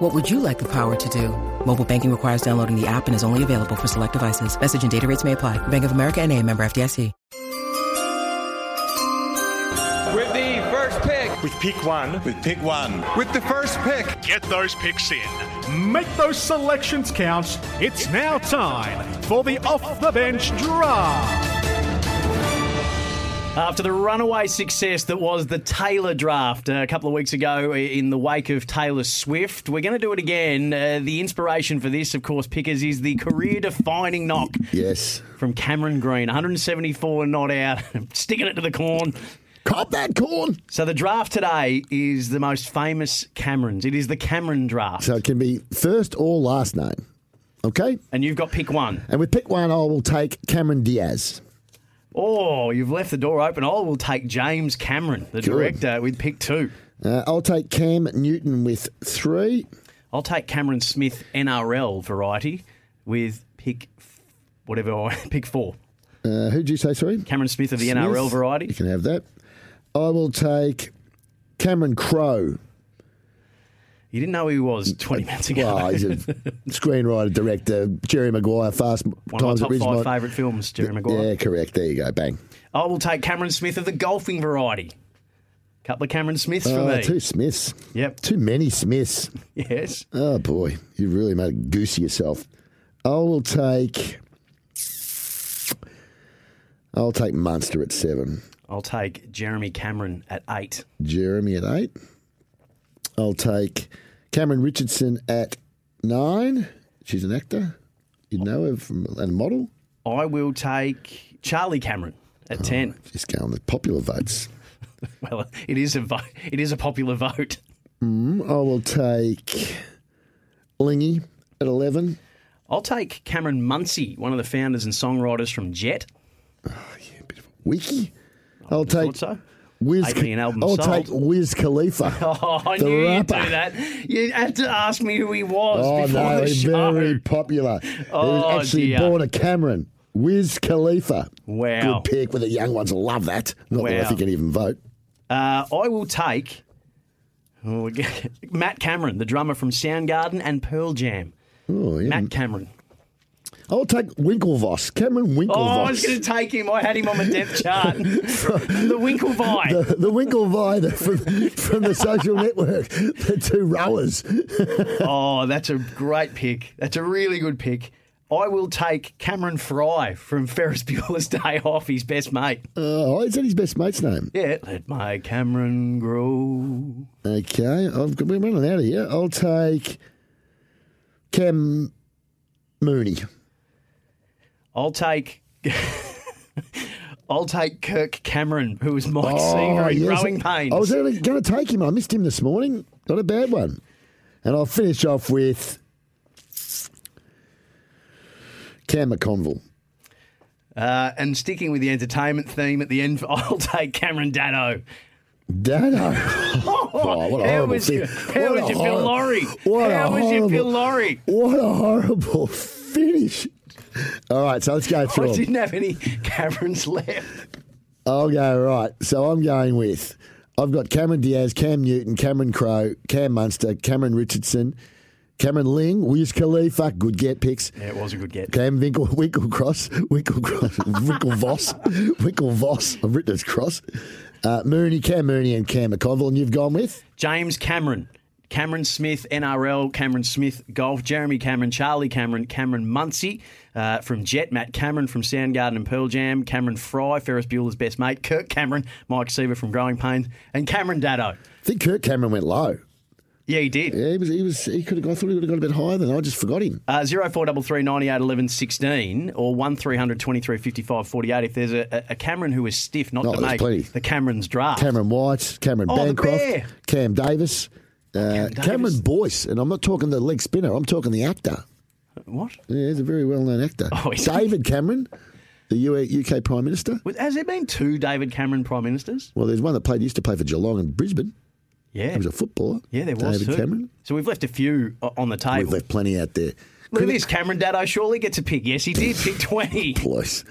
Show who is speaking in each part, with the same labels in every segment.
Speaker 1: What would you like the power to do? Mobile banking requires downloading the app and is only available for select devices. Message and data rates may apply. Bank of America and a member FDIC.
Speaker 2: With the first pick.
Speaker 3: With pick one.
Speaker 4: With pick one.
Speaker 2: With the first pick.
Speaker 5: Get those picks in.
Speaker 6: Make those selections count. It's now time for the off the bench draft.
Speaker 7: After the runaway success that was the Taylor draft uh, a couple of weeks ago in the wake of Taylor Swift, we're going to do it again. Uh, the inspiration for this, of course, Pickers, is the career defining knock.
Speaker 4: Yes.
Speaker 7: From Cameron Green, 174 not out, sticking it to the corn.
Speaker 4: Cop that corn.
Speaker 7: So the draft today is the most famous Camerons. It is the Cameron draft.
Speaker 4: So it can be first or last name. Okay?
Speaker 7: And you've got pick one.
Speaker 4: And with pick one, I will take Cameron Diaz.
Speaker 7: Oh, you've left the door open. I will take James Cameron, the Good. director, with pick two.
Speaker 4: Uh, I'll take Cam Newton with three.
Speaker 7: I'll take Cameron Smith NRL variety with pick f- whatever I pick four.
Speaker 4: Uh, who'd you say sorry?
Speaker 7: Cameron Smith of the Smith. NRL variety.
Speaker 4: You can have that. I will take Cameron Crowe.
Speaker 7: You didn't know who he was 20 minutes ago.
Speaker 4: Well, Oh, he's a screenwriter, director, Jerry Maguire, Fast
Speaker 7: One Times of my top five favourite films, Jerry Maguire.
Speaker 4: Yeah, correct. There you go, bang.
Speaker 7: I will take Cameron Smith of the golfing variety. Couple of Cameron Smiths for
Speaker 4: oh,
Speaker 7: me.
Speaker 4: Two Smiths.
Speaker 7: Yep.
Speaker 4: Too many Smiths.
Speaker 7: yes.
Speaker 4: Oh, boy. You really made a goose of yourself. I will take. I'll take Munster at seven.
Speaker 7: I'll take Jeremy Cameron at eight.
Speaker 4: Jeremy at eight. I'll take Cameron Richardson at nine. She's an actor. You'd know her from, and a model.
Speaker 7: I will take Charlie Cameron at oh, 10.
Speaker 4: Just going with popular votes.
Speaker 7: well, it is a vote. It is a popular vote.
Speaker 4: Mm, I will take Lingy at 11.
Speaker 7: I'll take Cameron Muncie, one of the founders and songwriters from Jet.
Speaker 4: Oh, yeah, a bit of a wiki. I I'll take
Speaker 7: so.
Speaker 4: Wiz,
Speaker 7: an album
Speaker 4: I'll
Speaker 7: sold.
Speaker 4: take Wiz Khalifa.
Speaker 7: Oh, I knew rapper. you'd do that. You had to ask me who he was.
Speaker 4: Oh
Speaker 7: before
Speaker 4: no,
Speaker 7: the
Speaker 4: he's
Speaker 7: show.
Speaker 4: very popular.
Speaker 7: Oh,
Speaker 4: he was actually
Speaker 7: dear.
Speaker 4: born a Cameron. Wiz Khalifa.
Speaker 7: Wow.
Speaker 4: Good pick with the young ones. Love that. Not that I
Speaker 7: Wow.
Speaker 4: think can even vote.
Speaker 7: Uh, I will take oh, again, Matt Cameron, the drummer from Soundgarden and Pearl Jam.
Speaker 4: Oh, yeah.
Speaker 7: Matt Cameron.
Speaker 4: I'll take Winklevoss. Cameron Winklevoss.
Speaker 7: Oh, I was going to take him. I had him on my depth chart. the Winklevi.
Speaker 4: the, the Winklevi the- from, from the social network, the two rowers. Uh,
Speaker 7: Oh, that's a great pick. That's a really good pick. I will take Cameron Fry from Ferris Bueller's Day Off, his best mate.
Speaker 4: Oh, is that his best mate's name?
Speaker 7: Yeah, let my Cameron grow.
Speaker 4: Okay, I've, we're running out of here. I'll take Cam Mooney.
Speaker 7: I'll take. I'll take Kirk Cameron, who was Mike
Speaker 4: Oh,
Speaker 7: Seaver in
Speaker 4: yes. Oh,
Speaker 7: Growing Pains.
Speaker 4: I was going to take him. I missed him this morning. Not a bad one. And I'll finish off with Cam McConville.
Speaker 7: Uh, and sticking with the entertainment theme at the end, I'll take Cameron Dado.
Speaker 4: Dano. Oh, what a
Speaker 7: how
Speaker 4: horrible
Speaker 7: was
Speaker 4: thing.
Speaker 7: you, how
Speaker 4: What
Speaker 7: was
Speaker 4: a
Speaker 7: you, Bill
Speaker 4: horrible-
Speaker 7: Laurie?
Speaker 4: What
Speaker 7: how
Speaker 4: a
Speaker 7: was you,
Speaker 4: horrible-
Speaker 7: Bill Laurie?
Speaker 4: What a horrible finish. All right, so let's go
Speaker 7: I
Speaker 4: through 'em.
Speaker 7: didn't have any Camerons left.
Speaker 4: I'll go right. So I'm going with I've got Cameron Diaz, Cam Newton, Cameron Crowe, Cam Munster, Cameron Richardson, Cameron Ling, Wiz Khalifa, good get picks.
Speaker 7: Yeah, it was a good get.
Speaker 4: Cam Winkle, Winklecross, Winklecross, Winklevoss, Winklevoss. I've written as cross. Uh, Mooney, Cam Mooney, and Cam McConville. And you've gone with?
Speaker 7: James Cameron, Cameron Smith, NRL, Cameron Smith, golf, Jeremy Cameron, Charlie Cameron, Cameron Muncie uh, from Jet, Matt Cameron from Soundgarden and Pearl Jam, Cameron Fry, Ferris Bueller's best mate, Kirk Cameron, Mike Seaver from Growing Pains, and Cameron Dado.
Speaker 4: I think Kirk Cameron went low.
Speaker 7: Yeah, he did.
Speaker 4: Yeah, he was. He was. He could have. I thought he would have got a bit higher than I just forgot him.
Speaker 7: Uh, 0433 98 11 16 or 1300 23 55 48 if there's a, a- a Cameron who is stiff not
Speaker 4: Oh,
Speaker 7: to
Speaker 4: there's
Speaker 7: make
Speaker 4: plenty.
Speaker 7: the Cameron's draft.
Speaker 4: Cameron White, Cameron
Speaker 7: Oh, the bear.
Speaker 4: Bancroft, Cam Davis, uh,
Speaker 7: Davis.
Speaker 4: Cameron Boyce, and I'm not talking the leg spinner. I'm talking the actor.
Speaker 7: What?
Speaker 4: Yeah, he's a very well-known actor.
Speaker 7: Oh, is he?
Speaker 4: David Cameron. the U- UK Prime Minister?
Speaker 7: Was- Has there been two David Cameron prime ministers?
Speaker 4: Well, there's one that played used to play for Geelong and Brisbane.
Speaker 7: Yeah.
Speaker 4: He was a footballer.
Speaker 7: yeah, there was
Speaker 4: David
Speaker 7: two.
Speaker 4: Cameron.
Speaker 7: So we've left a few o- on the
Speaker 4: We've
Speaker 7: table.
Speaker 4: left plenty out there.
Speaker 7: Look at this. Cameron Dado surely gets a pick. Yes, he did. Pick 20.
Speaker 4: Please,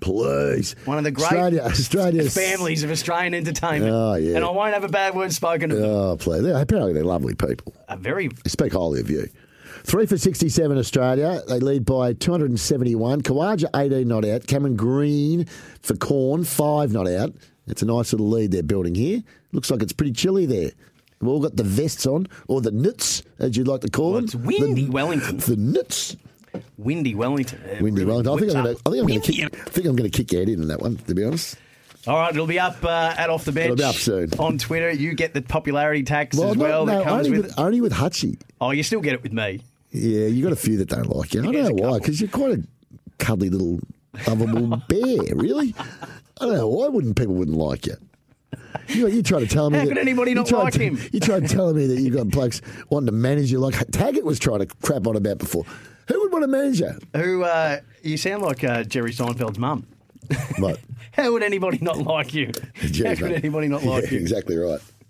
Speaker 4: please.
Speaker 7: One of the great
Speaker 4: Australia, Australia's
Speaker 7: Families of Australian entertainment.
Speaker 4: Oh, yeah.
Speaker 7: And I won't have a bad word spoken of them.
Speaker 4: Oh, please. They're, apparently, they're lovely people.
Speaker 7: A very
Speaker 4: They speak highly of you. Three for 67 Australia. They lead by 271. Kawaja, 18 not out. Cameron Green for Corn, 5 not out. It's a nice little lead they're building here. Looks like it's pretty chilly there. We've all got the vests on, or the knits, as you'd like to call
Speaker 7: Well,
Speaker 4: them.
Speaker 7: it's windy
Speaker 4: the,
Speaker 7: Wellington.
Speaker 4: The knits.
Speaker 7: windy Wellington. It
Speaker 4: Windy
Speaker 7: really
Speaker 4: Wellington. I think
Speaker 7: whips
Speaker 4: I'm
Speaker 7: up.
Speaker 4: going to. I think I'm going to
Speaker 7: Windy.
Speaker 4: kick. I think I'm going to kick your head in on that one. To be honest.
Speaker 7: All right, it'll be up uh, at off the bench.
Speaker 4: It'll be up soon.
Speaker 7: on Twitter. You get the popularity tax as
Speaker 4: not-
Speaker 7: well
Speaker 4: no,
Speaker 7: that comes
Speaker 4: only
Speaker 7: with.
Speaker 4: with, only with Hutchie.
Speaker 7: Oh, you still get it with me.
Speaker 4: Yeah, you got a few that don't like you. I
Speaker 7: There's a
Speaker 4: don't know why,
Speaker 7: couple.
Speaker 4: because you're quite a cuddly little lovable bear, really. I don't know why wouldn't people wouldn't like you. You, know, you try to tell me
Speaker 7: How
Speaker 4: that,
Speaker 7: could anybody
Speaker 4: you
Speaker 7: not
Speaker 4: try
Speaker 7: like
Speaker 4: to-
Speaker 7: him?
Speaker 4: You tried telling me that you got blokes wanting to manage you like Taggart was trying to crap on about before. Who would want to manage you?
Speaker 7: Who uh, you sound like uh, Jerry Seinfeld's mum.
Speaker 4: Right.
Speaker 7: How would anybody not like you? How
Speaker 4: Jerry's
Speaker 7: could
Speaker 4: mum.
Speaker 7: anybody not like
Speaker 4: Yeah,
Speaker 7: you?
Speaker 4: Exactly right.